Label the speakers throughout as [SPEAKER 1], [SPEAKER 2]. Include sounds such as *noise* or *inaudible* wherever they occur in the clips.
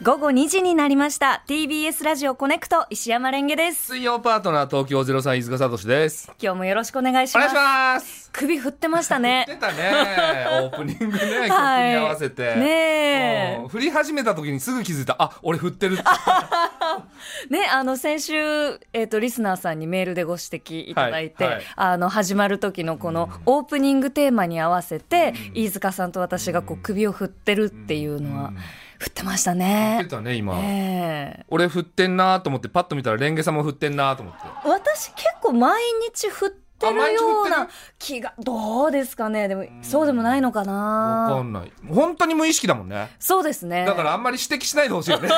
[SPEAKER 1] 午後2時になりました TBS ラジオコネクト石山レンゲです
[SPEAKER 2] 水曜パートナー東京ゼロ三飯塚聡です。
[SPEAKER 1] 今日もよろしくお願いし
[SPEAKER 2] お
[SPEAKER 1] ます
[SPEAKER 2] 願いします。
[SPEAKER 1] 首振ってました
[SPEAKER 2] *laughs* 出
[SPEAKER 1] ね
[SPEAKER 2] たね、 *laughs* オープニングね、曲に合わせて。
[SPEAKER 1] ねえ
[SPEAKER 2] うん振り始めた時にすぐ気づいた。あ、俺振ってるって。
[SPEAKER 1] ねあの先週えっ、とリスナーさんにメールでご指摘いただいて、
[SPEAKER 2] はいはい
[SPEAKER 1] あの始まる時のこのオープニングテーマに合わせて、飯塚さんと私がこう首を振ってるっていうのは、振ってました
[SPEAKER 2] 出
[SPEAKER 1] ね。
[SPEAKER 2] たね、今。
[SPEAKER 1] ええ
[SPEAKER 2] 俺振ってんなと思って、パッと見たらレンゲさんも振ってんなと思って。
[SPEAKER 1] 私結構毎日振って
[SPEAKER 2] あ毎
[SPEAKER 1] るよ
[SPEAKER 2] 日振っ
[SPEAKER 1] う
[SPEAKER 2] てる
[SPEAKER 1] な気がどうですかねでもそうでもないのか
[SPEAKER 2] わか
[SPEAKER 1] なん
[SPEAKER 2] ない。本当に無意識だもんね。
[SPEAKER 1] そうですね
[SPEAKER 2] だからあんまり指摘しないでほしいよ *laughs* ね。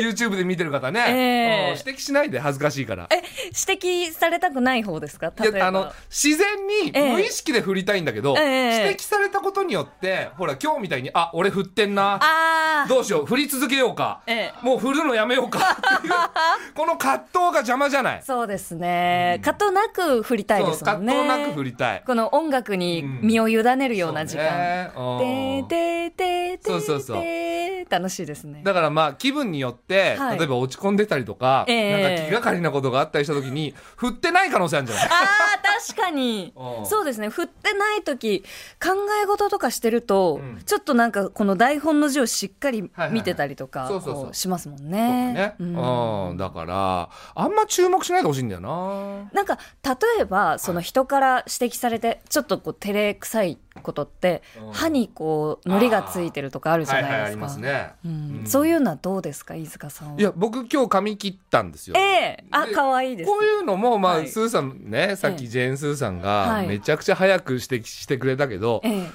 [SPEAKER 2] YouTube で見てる方ね、
[SPEAKER 1] ええ
[SPEAKER 2] うん指摘しないで恥ずかしいから。
[SPEAKER 1] え指摘されたくない方ですか例え
[SPEAKER 2] い
[SPEAKER 1] ば
[SPEAKER 2] やあの自然に
[SPEAKER 1] ええ
[SPEAKER 2] 無意識で振りたいんだけど、
[SPEAKER 1] ええ
[SPEAKER 2] 指摘されたことによってほら今日みたいに「あ俺振ってんな」
[SPEAKER 1] あー
[SPEAKER 2] どうしよう振り続けようか、
[SPEAKER 1] え
[SPEAKER 2] もう振るのやめようかっていう
[SPEAKER 1] *laughs*
[SPEAKER 2] この葛藤が邪魔じゃない
[SPEAKER 1] そうですね葛藤なく振りたいですも
[SPEAKER 2] 葛
[SPEAKER 1] んね
[SPEAKER 2] 藤なく振りたい
[SPEAKER 1] この音楽に身を委ねるような時間、
[SPEAKER 2] そう
[SPEAKER 1] で
[SPEAKER 2] ねうん
[SPEAKER 1] ででで
[SPEAKER 2] そうそうそう
[SPEAKER 1] で楽しいですね
[SPEAKER 2] だからまあ気分によって、
[SPEAKER 1] はい
[SPEAKER 2] 例えば落ち込んでたりとか、
[SPEAKER 1] ええ
[SPEAKER 2] なんか気がかりなことがあったりした時に振ってない可能性あるんじゃない
[SPEAKER 1] あー確かに
[SPEAKER 2] うん
[SPEAKER 1] そうですね振ってない時考え事とかしてると、
[SPEAKER 2] うん
[SPEAKER 1] ちょっとなんかこの台本の字をしっかり
[SPEAKER 2] はいはい
[SPEAKER 1] 見てたりとか
[SPEAKER 2] そうそうそう
[SPEAKER 1] こうしますもん
[SPEAKER 2] とか
[SPEAKER 1] ね。
[SPEAKER 2] ね、
[SPEAKER 1] うん
[SPEAKER 2] うんだからあんま注目しないでほしいんだよな
[SPEAKER 1] なんか例えばその人から指摘されてちょっとこう照れくさいことって、
[SPEAKER 2] うん
[SPEAKER 1] 歯にこう糊がついてるとかあるじゃ
[SPEAKER 2] は
[SPEAKER 1] ない
[SPEAKER 2] はいあ
[SPEAKER 1] いで
[SPEAKER 2] り
[SPEAKER 1] す
[SPEAKER 2] ま
[SPEAKER 1] か
[SPEAKER 2] す。ね
[SPEAKER 1] うん
[SPEAKER 2] うん。
[SPEAKER 1] そういうのはどうですか飯塚さんはい
[SPEAKER 2] や僕今日髪切ったんですよ、
[SPEAKER 1] ええあ
[SPEAKER 2] で
[SPEAKER 1] 可愛いです。
[SPEAKER 2] こういうのも、まあ、
[SPEAKER 1] はい
[SPEAKER 2] スーさんね、さっ
[SPEAKER 1] え
[SPEAKER 2] き
[SPEAKER 1] え
[SPEAKER 2] ジェーン・スーさん
[SPEAKER 1] は
[SPEAKER 2] が
[SPEAKER 1] い、
[SPEAKER 2] めちゃくちゃ早く指摘してくれたけど、
[SPEAKER 1] ええ、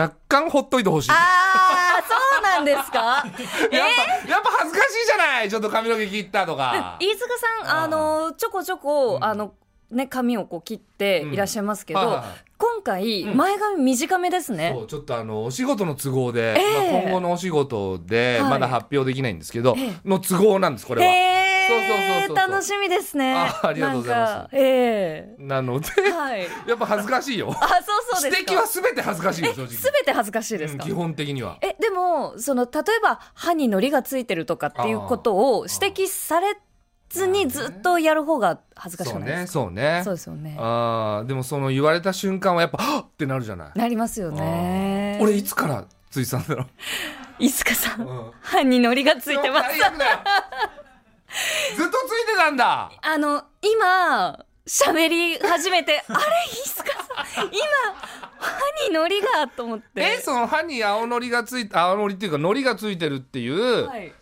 [SPEAKER 2] 若干ほっといてほしい。やっ
[SPEAKER 1] ああそうなんです
[SPEAKER 2] *laughs*
[SPEAKER 1] か。
[SPEAKER 2] ぱ、やっぱ恥ずかしいじゃないちょっと髪の毛切った
[SPEAKER 1] *laughs*
[SPEAKER 2] とか。
[SPEAKER 1] 飯塚さんあ
[SPEAKER 2] あー
[SPEAKER 1] のちょこちょこ、
[SPEAKER 2] うん
[SPEAKER 1] あのね髪をこう切っていらっしゃいますけど、
[SPEAKER 2] うんはいはいはい
[SPEAKER 1] 今回、
[SPEAKER 2] うん
[SPEAKER 1] 前髪短めですね
[SPEAKER 2] そうちょっとあのお仕事の都合で、
[SPEAKER 1] ええ
[SPEAKER 2] まあ、今後のお仕事で、
[SPEAKER 1] はい
[SPEAKER 2] まだ発表できないんですけど、
[SPEAKER 1] え
[SPEAKER 2] の都合なんですこれは。
[SPEAKER 1] へえ
[SPEAKER 2] そうそうそうそうそう
[SPEAKER 1] 楽しみですね
[SPEAKER 2] あありがとうございます
[SPEAKER 1] なんかえ
[SPEAKER 2] なので *laughs*
[SPEAKER 1] えはい
[SPEAKER 2] やっぱ恥ずかしいよ
[SPEAKER 1] あそうそうです
[SPEAKER 2] 指摘は全て恥ずかしいよ正直
[SPEAKER 1] すべて恥ずかしいですか、
[SPEAKER 2] うん基本的には。
[SPEAKER 1] えでもその例えば歯に糊がついてるとかっていうことを
[SPEAKER 2] あー
[SPEAKER 1] 指摘されずにずっとやる方が恥ずかし
[SPEAKER 2] そ
[SPEAKER 1] く
[SPEAKER 2] う
[SPEAKER 1] ないで
[SPEAKER 2] ね
[SPEAKER 1] すか
[SPEAKER 2] そうね
[SPEAKER 1] そうですよね
[SPEAKER 2] あーでもその言われた瞬間はやっぱ「はっ!」ってなるじゃない、
[SPEAKER 1] なりますよね
[SPEAKER 2] 俺いつからついてたんだろ
[SPEAKER 1] 飯塚さ
[SPEAKER 2] う、
[SPEAKER 1] ん歯に糊がついてます
[SPEAKER 2] 最悪だよずっとついてたんだ
[SPEAKER 1] あの、今、喋り始めて、あれ、飯塚さん、今、歯にのりが、と思って。
[SPEAKER 2] えその歯に青のりがついて青のりっていうかのりがついてるっていう
[SPEAKER 1] はい
[SPEAKER 2] 指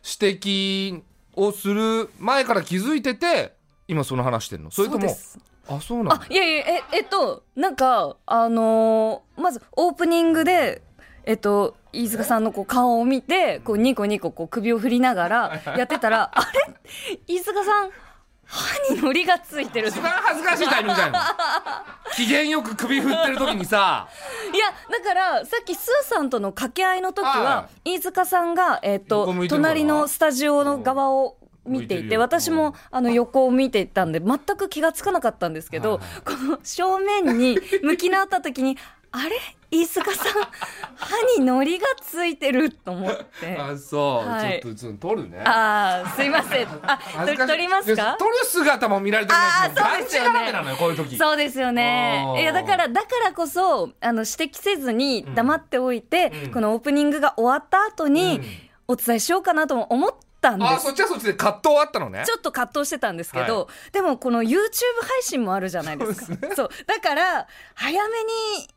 [SPEAKER 2] 摘をする前から気づいてて今その話してんのそれと
[SPEAKER 1] うで
[SPEAKER 2] も
[SPEAKER 1] す
[SPEAKER 2] あそうなん
[SPEAKER 1] あ
[SPEAKER 2] だ、
[SPEAKER 1] いやいや、え、えっと、なんか、あのーまず、オープニングで、えっと、飯塚さんのこう顔を見て、こう、ニコニコ、こう、首を振りながら、やってたら、あれ飯塚さん、歯にのりがついてる。い
[SPEAKER 2] 一番恥ずかしいタイミングじ
[SPEAKER 1] *laughs*
[SPEAKER 2] ゃないの機嫌よく首振ってる時にさ
[SPEAKER 1] や、だから、さっき、スーさんとの掛け合いの時は
[SPEAKER 2] は、
[SPEAKER 1] 飯塚さんが、えっと
[SPEAKER 2] 横向、いてるのかな
[SPEAKER 1] 隣のスタジオの側を、見て
[SPEAKER 2] 向いて
[SPEAKER 1] い
[SPEAKER 2] る
[SPEAKER 1] て
[SPEAKER 2] よ
[SPEAKER 1] 私
[SPEAKER 2] う
[SPEAKER 1] も
[SPEAKER 2] ん
[SPEAKER 1] あの横を見ていたんで全く気がつかなかったんですけど
[SPEAKER 2] はい
[SPEAKER 1] この正面に向き直った時にあれ飯塚さん歯にのりがついてると思って
[SPEAKER 2] あそう、
[SPEAKER 1] はい
[SPEAKER 2] ちょっとちょっと撮るね
[SPEAKER 1] ああすいませんあ取
[SPEAKER 2] 恥ずかしい
[SPEAKER 1] ります
[SPEAKER 2] で
[SPEAKER 1] か
[SPEAKER 2] 撮る姿も見られてない
[SPEAKER 1] あーそうですよね
[SPEAKER 2] がんじがらめなのよこういう時
[SPEAKER 1] そうですよ
[SPEAKER 2] あ
[SPEAKER 1] ね
[SPEAKER 2] ー
[SPEAKER 1] いやだからだからこそあの指摘せずに黙っておいて、
[SPEAKER 2] うん
[SPEAKER 1] このオープニングが終わった後に
[SPEAKER 2] うん
[SPEAKER 1] お伝えしようかなとも思ったんで
[SPEAKER 2] あー
[SPEAKER 1] す
[SPEAKER 2] そっちはそっちで葛藤あったのね
[SPEAKER 1] ちょっと葛藤してたんですけど、でもこの YouTube 配信もあるじゃないですか。そう,、だから、早めに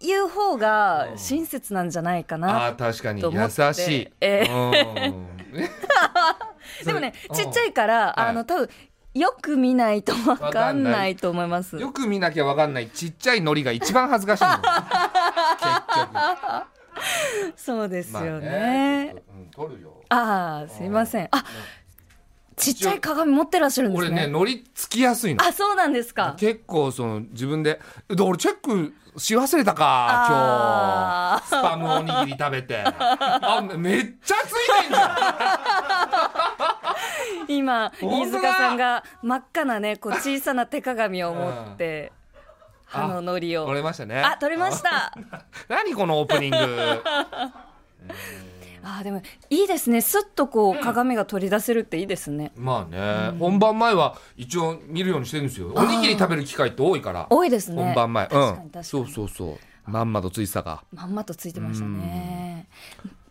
[SPEAKER 1] 言う方が親切なんじゃないか
[SPEAKER 2] あ
[SPEAKER 1] な。
[SPEAKER 2] あー確かに
[SPEAKER 1] と思って
[SPEAKER 2] 優しい、
[SPEAKER 1] え
[SPEAKER 2] う
[SPEAKER 1] *laughs*
[SPEAKER 2] ん
[SPEAKER 1] でもね、
[SPEAKER 2] それ
[SPEAKER 1] ちっちゃいから、
[SPEAKER 2] はい
[SPEAKER 1] あの、多分、よく見ないとわかんないと思います。
[SPEAKER 2] よく見なきゃわかんないちっちゃいノリが一番恥ずかしいの結
[SPEAKER 1] そう *laughs* です
[SPEAKER 2] 局まあ
[SPEAKER 1] よ
[SPEAKER 2] ね
[SPEAKER 1] ね。
[SPEAKER 2] うん撮るよ
[SPEAKER 1] ああー、すいません。あ、ちっちゃい鏡持ってらっしゃるんです
[SPEAKER 2] 俺
[SPEAKER 1] ね。
[SPEAKER 2] ねノリつきやすいの
[SPEAKER 1] あ、そうなんですか。
[SPEAKER 2] 結構その自分でで俺チェックし忘れたか
[SPEAKER 1] あ
[SPEAKER 2] 今日スパムおにぎり食べてあめっちゃついてんじゃん
[SPEAKER 1] 今、飯
[SPEAKER 2] 本当だ
[SPEAKER 1] 塚さんが真っ赤なね、こう小さな手鏡を持って、
[SPEAKER 2] うん
[SPEAKER 1] 歯ののりを。
[SPEAKER 2] 取れましたね
[SPEAKER 1] あ、取れました。 *laughs*
[SPEAKER 2] 何このオープニング
[SPEAKER 1] あーでもいいですねすっとこう鏡が取り出せるっていいですね、
[SPEAKER 2] まあね、本番前は一応見るようにしてるんですよおにぎり食べる機会って多いから
[SPEAKER 1] 多いですね
[SPEAKER 2] 本番前、
[SPEAKER 1] 確かに確
[SPEAKER 2] う
[SPEAKER 1] か
[SPEAKER 2] ん
[SPEAKER 1] に
[SPEAKER 2] そうそうそうまんまとついてたか
[SPEAKER 1] まんまとついてましたね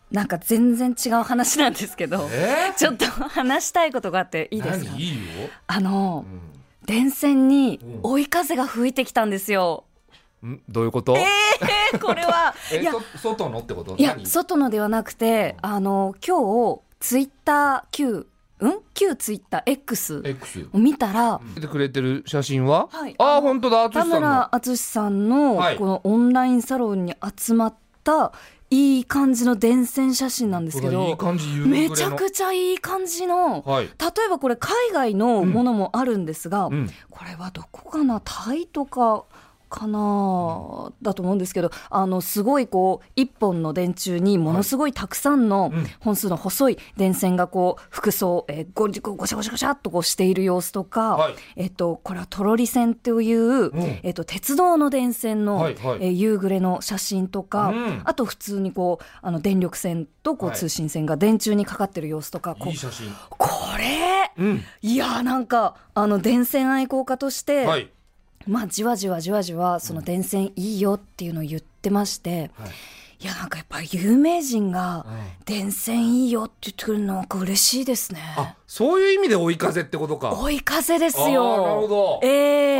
[SPEAKER 1] なんか全然違う話なんですけど
[SPEAKER 2] え
[SPEAKER 1] ちょっと話したいことがあっていいですか
[SPEAKER 2] 何いいよ、
[SPEAKER 1] あの
[SPEAKER 2] う
[SPEAKER 1] 電線に
[SPEAKER 2] うん
[SPEAKER 1] 追い風が吹いてきたんですよ
[SPEAKER 2] ん、んどういうこと、え
[SPEAKER 1] えーこれ
[SPEAKER 2] *laughs*
[SPEAKER 1] はいや
[SPEAKER 2] そ外のってこと
[SPEAKER 1] いや
[SPEAKER 2] 何
[SPEAKER 1] 外のではなくてあの今日ツイッター Q うん旧ツイッター X
[SPEAKER 2] X
[SPEAKER 1] を見たら、
[SPEAKER 2] 出てくれてる写真は、
[SPEAKER 1] はい
[SPEAKER 2] あ
[SPEAKER 1] あ
[SPEAKER 2] あ
[SPEAKER 1] の
[SPEAKER 2] 本当だ
[SPEAKER 1] 田
[SPEAKER 2] 淳さんの
[SPEAKER 1] 村淳さんの
[SPEAKER 2] はい
[SPEAKER 1] このオンラインサロンに集まったいい感じの伝染写真なんですけ
[SPEAKER 2] これい
[SPEAKER 1] ど
[SPEAKER 2] い感じ夕暮れ
[SPEAKER 1] め
[SPEAKER 2] の
[SPEAKER 1] ちゃくちゃいい感じの
[SPEAKER 2] はい、
[SPEAKER 1] 例えばこれ海外のものもあるんですが、
[SPEAKER 2] うん、
[SPEAKER 1] これはどこかなタイとかかなだと思うんですけどあのすごいこう一本の電柱にものすごいたくさんの
[SPEAKER 2] うん
[SPEAKER 1] 本数の細い電線がこう服装、えー、ゴリゴシャゴシャゴシャっとこうしている様子とか、
[SPEAKER 2] はい
[SPEAKER 1] えっと、これはトロリ線という、
[SPEAKER 2] ん
[SPEAKER 1] えっと、鉄道の電線の、
[SPEAKER 2] はいはい
[SPEAKER 1] えー夕暮れの写真とか、
[SPEAKER 2] うん
[SPEAKER 1] あと普通にこうあの電力線とこう
[SPEAKER 2] はい
[SPEAKER 1] 通信線が電柱にかかってる様子とか、こう
[SPEAKER 2] いい写真
[SPEAKER 1] これ
[SPEAKER 2] うん
[SPEAKER 1] いやーなんかあの電線愛好家として、
[SPEAKER 2] はい、
[SPEAKER 1] まあじわじわじわじわその電線いいよっていうのを言ってまして、
[SPEAKER 2] はい
[SPEAKER 1] いやなんかやっぱ有名人が
[SPEAKER 2] うん
[SPEAKER 1] 電線いいよって言ってくれるのなんか嬉しいですね。
[SPEAKER 2] あそういう意味で追い風ってことか
[SPEAKER 1] 追い風です
[SPEAKER 2] あ
[SPEAKER 1] よ。
[SPEAKER 2] ーなるほど
[SPEAKER 1] え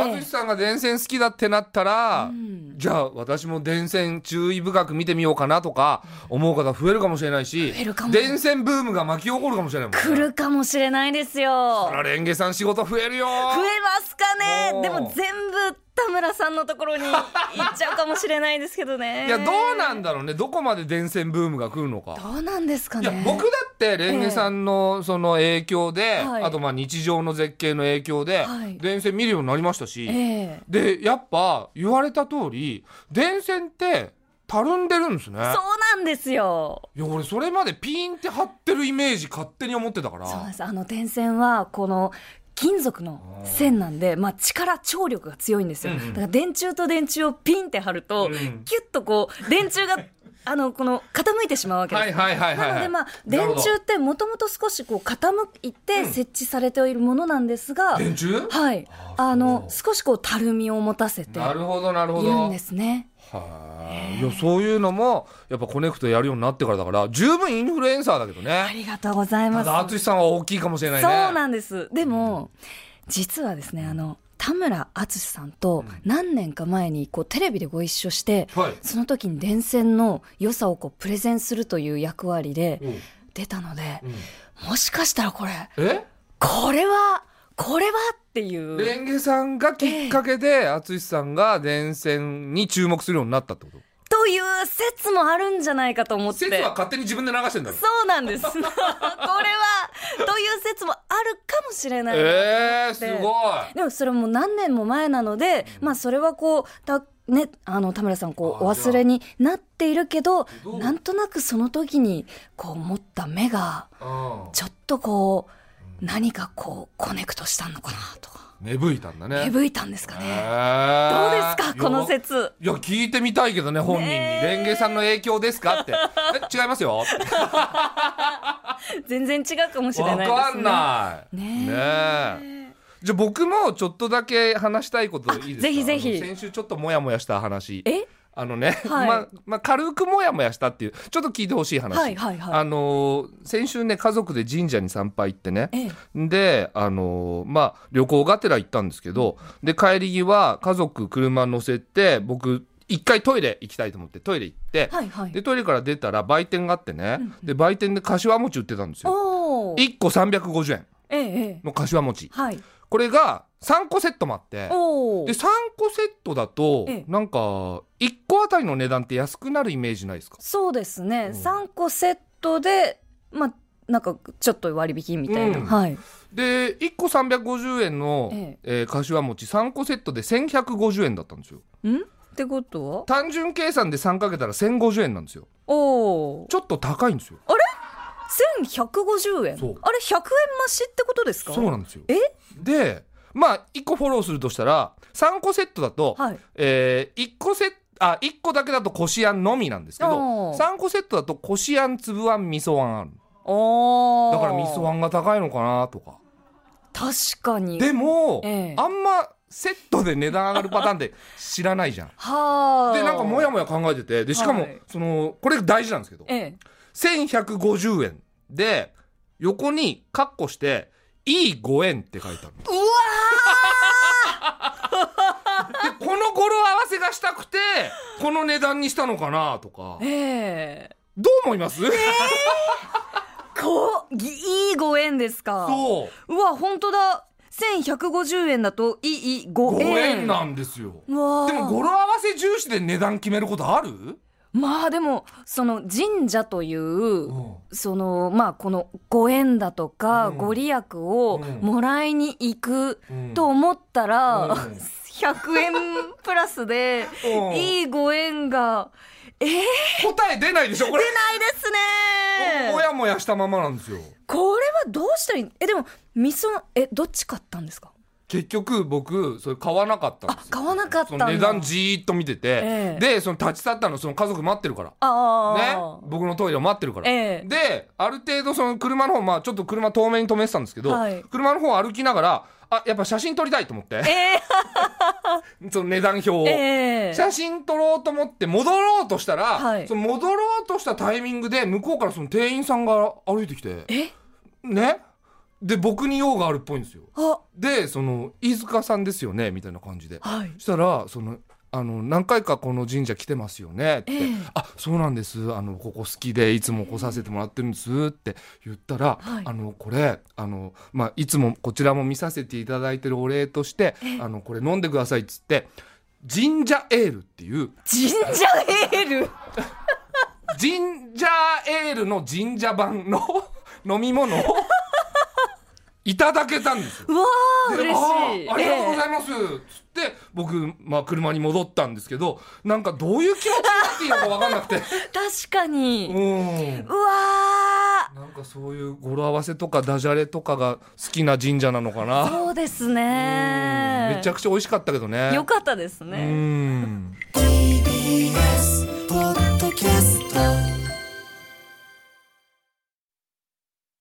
[SPEAKER 1] え
[SPEAKER 2] 淳さんが電線好きだってなったら、じゃあ私も電線注意深く見てみようかなとか思う方増えるかもしれないし
[SPEAKER 1] 増えるかも
[SPEAKER 2] 電線ブームが巻き起こるかもしれないもんね
[SPEAKER 1] 来るかもしれないです
[SPEAKER 2] あ
[SPEAKER 1] よ。
[SPEAKER 2] らレンゲさん仕事増えるよ
[SPEAKER 1] 増えますか
[SPEAKER 2] おー
[SPEAKER 1] ね。でも全部田村さんのところに行っちゃうかもしれないですけどね。
[SPEAKER 2] *laughs* いやどうなんだろうねどこまで電線ブームが来るのか
[SPEAKER 1] どうなんですか
[SPEAKER 2] い
[SPEAKER 1] ね。
[SPEAKER 2] や僕だってレンゲさんのその影響で、
[SPEAKER 1] はい
[SPEAKER 2] あとまあ日常の絶景の影響で、
[SPEAKER 1] はい
[SPEAKER 2] 電線見るようになりましたし、
[SPEAKER 1] ええ
[SPEAKER 2] でやっぱ言われた通り電線ってたるんでるんですね
[SPEAKER 1] そうなんですよ。
[SPEAKER 2] いや俺それまでピーンって張ってるイメージ勝手に思ってたから
[SPEAKER 1] そうなんです。あの電線はこの金属の線なんで、まあ力張力が強いんですよ。
[SPEAKER 2] うんうん
[SPEAKER 1] だから電柱と電柱をピンって張ると、
[SPEAKER 2] うん
[SPEAKER 1] キュッとこう電柱が *laughs* あのこの傾いてしまうわけです。
[SPEAKER 2] はいはいはいはいはい
[SPEAKER 1] なのでまあ
[SPEAKER 2] な
[SPEAKER 1] 電
[SPEAKER 2] るほど
[SPEAKER 1] 柱ってもともと少しこう傾いて設置されているものなんですが、
[SPEAKER 2] 電柱
[SPEAKER 1] はい、
[SPEAKER 2] あ
[SPEAKER 1] あの
[SPEAKER 2] そ
[SPEAKER 1] 少しこうたるみを持たせて
[SPEAKER 2] なるほどなるほ
[SPEAKER 1] い
[SPEAKER 2] ど
[SPEAKER 1] るんですね。
[SPEAKER 2] はいいやそういうのもやっぱコネクトやるようになってからだから十分インフルエンサーだけど
[SPEAKER 1] あ
[SPEAKER 2] ね
[SPEAKER 1] りがとうござい
[SPEAKER 2] た
[SPEAKER 1] ま
[SPEAKER 2] だ
[SPEAKER 1] す。
[SPEAKER 2] 淳さんは大きいかもしれないね
[SPEAKER 1] そうなんです。でも、実はですね、あの、田村淳さんと何年か前にこうテレビでご一緒して、
[SPEAKER 2] はい
[SPEAKER 1] その時に電線の良さをこうプレゼンするという役割で
[SPEAKER 2] おう
[SPEAKER 1] 出たので
[SPEAKER 2] う、ん
[SPEAKER 1] もしかしたらこれ、
[SPEAKER 2] え
[SPEAKER 1] これは、これはっていう。
[SPEAKER 2] レンゲさんがきっかけで淳さんが電線に注目するようになったってこと
[SPEAKER 1] という説もあるんじゃないかと思って。
[SPEAKER 2] 説は勝手に自分で流してんだろ
[SPEAKER 1] そうなんです。 *laughs* これは、という説もあるかもしれないなと思って。
[SPEAKER 2] えー、すごい
[SPEAKER 1] でもそれも何年も前なので、まあそれはこうたねあの田村さんこうお
[SPEAKER 2] あじゃあ
[SPEAKER 1] 忘れになっているけど
[SPEAKER 2] どう
[SPEAKER 1] なんとなくその時にこう持った目が
[SPEAKER 2] うん
[SPEAKER 1] ちょっとこう何かこうコネクトしたのかなとか
[SPEAKER 2] 芽吹いたんだね
[SPEAKER 1] 芽吹いたんですか
[SPEAKER 2] へ
[SPEAKER 1] ね。
[SPEAKER 2] ー
[SPEAKER 1] どうですかこの説。
[SPEAKER 2] いや聞いてみたいけどね本人に、
[SPEAKER 1] ねえ
[SPEAKER 2] レンゲさんの影響ですかってえ違いますよわ
[SPEAKER 1] 全然 *laughs* 違うかもしれないですね。
[SPEAKER 2] かんない
[SPEAKER 1] ね
[SPEAKER 2] ねえ
[SPEAKER 1] え
[SPEAKER 2] じゃあ僕もちょっとだけ話したいこといいですか
[SPEAKER 1] ぜひぜひ
[SPEAKER 2] あの先週ちょっとモヤモヤした話
[SPEAKER 1] え
[SPEAKER 2] あのね、
[SPEAKER 1] はい
[SPEAKER 2] まま軽くモヤモヤしたっていうちょっと聞いてほしい話、
[SPEAKER 1] はいはいはい
[SPEAKER 2] あのー先週ね家族で神社に参拝行ってね、
[SPEAKER 1] ええ
[SPEAKER 2] で、あのーまあ、旅行がてら行ったんですけど、で、帰り際、家族車乗せて、僕、一回トイレ行きたいと思って、トイレ行って、
[SPEAKER 1] はいはい。
[SPEAKER 2] で、トイレから出たら売店があってね、で、売店で柏餅売ってたんですよ。
[SPEAKER 1] おお。え
[SPEAKER 2] 1個350円
[SPEAKER 1] えええ
[SPEAKER 2] の柏餅。
[SPEAKER 1] はい。
[SPEAKER 2] これが3個セットもあって、
[SPEAKER 1] おお
[SPEAKER 2] で、。3個セットだと
[SPEAKER 1] ええ、
[SPEAKER 2] なんか、1個あたりの値段って安くなるイメージないですか
[SPEAKER 1] そうですね、
[SPEAKER 2] うん
[SPEAKER 1] 3個セットでまあなんかちょっと割引みたいな、
[SPEAKER 2] うん
[SPEAKER 1] はい
[SPEAKER 2] で、1個350円の、
[SPEAKER 1] え
[SPEAKER 2] えー柏餅3個セットで1150円だったんですよ。
[SPEAKER 1] んってことは
[SPEAKER 2] 単純計算で3かけたら1050円なんですよ
[SPEAKER 1] おお
[SPEAKER 2] ちょっと高いんですよ
[SPEAKER 1] 1150円あれ100
[SPEAKER 2] そう
[SPEAKER 1] 円増しってことですか
[SPEAKER 2] そうなんですよ
[SPEAKER 1] え
[SPEAKER 2] でまあ1個フォローするとしたら3個セットだと、
[SPEAKER 1] はい
[SPEAKER 2] え1個セットあ、1個だけだとこしあんのみなんですけど、
[SPEAKER 1] おー
[SPEAKER 2] 3個セットだとこしあん、つぶあん、味噌あんある。
[SPEAKER 1] おー
[SPEAKER 2] だから味噌あんが高いのかなとか。
[SPEAKER 1] 確かに
[SPEAKER 2] でも、
[SPEAKER 1] ええ
[SPEAKER 2] あんまセットで値段上がるパターンって知らないじゃん。
[SPEAKER 1] はあ
[SPEAKER 2] で、なんかもやもや考えてて、で、しかも、
[SPEAKER 1] はい
[SPEAKER 2] その、これ大事なんですけど、
[SPEAKER 1] ええ
[SPEAKER 2] 1150円で、横にカッコして、いいご縁って書いてある。
[SPEAKER 1] うわ
[SPEAKER 2] で、この語呂合わせがしたくて、この値段にしたのかなとか
[SPEAKER 1] ー、ええ
[SPEAKER 2] どう思います、
[SPEAKER 1] こうぎいいご縁ですか
[SPEAKER 2] そう。
[SPEAKER 1] うわ本当だ1150円だといいご
[SPEAKER 2] ご
[SPEAKER 1] 縁
[SPEAKER 2] 縁なんですよ。
[SPEAKER 1] うわー
[SPEAKER 2] でも語呂合わせ重視で値段決めることある
[SPEAKER 1] まあでもその神社という、
[SPEAKER 2] うん
[SPEAKER 1] そのまあこのご縁だとか、
[SPEAKER 2] うん
[SPEAKER 1] ご利益を
[SPEAKER 2] うん
[SPEAKER 1] もらいに行く
[SPEAKER 2] うん
[SPEAKER 1] と思ったら、
[SPEAKER 2] うん
[SPEAKER 1] 100円プラスで
[SPEAKER 2] うん
[SPEAKER 1] いいご縁が
[SPEAKER 2] 答え出ないでしょこれ。
[SPEAKER 1] ないですね
[SPEAKER 2] もやもやしたままなんですよ。
[SPEAKER 1] これはどうしたらいいえでも味噌えどっち買ったんですか
[SPEAKER 2] 結局僕、それ買わなかったんですよ。
[SPEAKER 1] 買わなかった
[SPEAKER 2] そ
[SPEAKER 1] ん
[SPEAKER 2] の
[SPEAKER 1] だ
[SPEAKER 2] 値段じーっと見てて、
[SPEAKER 1] ええ
[SPEAKER 2] で、その立ち去ったの、その家族待ってるから。ね
[SPEAKER 1] あ、あ、
[SPEAKER 2] 僕のトイレを待ってるから。
[SPEAKER 1] ええ
[SPEAKER 2] で、ある程度その車の方、まあちょっと車遠目に止めてたんですけど、
[SPEAKER 1] はい
[SPEAKER 2] 車の方歩きながら、あ、やっぱ写真撮りたいと思って、
[SPEAKER 1] え
[SPEAKER 2] *laughs* その値段表を。
[SPEAKER 1] えええ
[SPEAKER 2] 写真撮ろうと思って戻ろうとしたら、
[SPEAKER 1] はい
[SPEAKER 2] その戻ろうとしたタイミングで向こうからその店員さんが歩いてきて
[SPEAKER 1] え
[SPEAKER 2] ねで僕に用があるっぽいんですよ
[SPEAKER 1] あ
[SPEAKER 2] でその飯塚さんですよねみたいな感じで
[SPEAKER 1] はい
[SPEAKER 2] そしたらそのあの何回かこの神社来てますよねって、
[SPEAKER 1] ええ
[SPEAKER 2] あそうなんですあのここ好きでいつも来させてもらってるんですって言ったら、
[SPEAKER 1] はい
[SPEAKER 2] あのこれあの、まあ、いつもこちらも見させていただいてるお礼として、あのこれ飲んでくださいっつって神社エールっていう
[SPEAKER 1] 神社エール
[SPEAKER 2] ジンジャーエールの神社版の *laughs* 飲み物
[SPEAKER 1] *laughs*
[SPEAKER 2] をいただけたんですよ。
[SPEAKER 1] うわー
[SPEAKER 2] で
[SPEAKER 1] 嬉しい
[SPEAKER 2] あーありがとうございます、つって僕、まあ、車に戻ったんですけどなんかどういう気持ちになっていいのか分かんな
[SPEAKER 1] *laughs*
[SPEAKER 2] くて
[SPEAKER 1] ええ確かに、
[SPEAKER 2] うん
[SPEAKER 1] うわ
[SPEAKER 2] なんかそういう語呂合わせとかダジャレとかが好きな神社なのか
[SPEAKER 1] ー
[SPEAKER 2] な
[SPEAKER 1] そうです
[SPEAKER 2] うん
[SPEAKER 1] ね
[SPEAKER 2] めちゃくちゃ美味しかったけどね
[SPEAKER 1] よかったです
[SPEAKER 2] う
[SPEAKER 1] ね
[SPEAKER 2] ん
[SPEAKER 3] TBS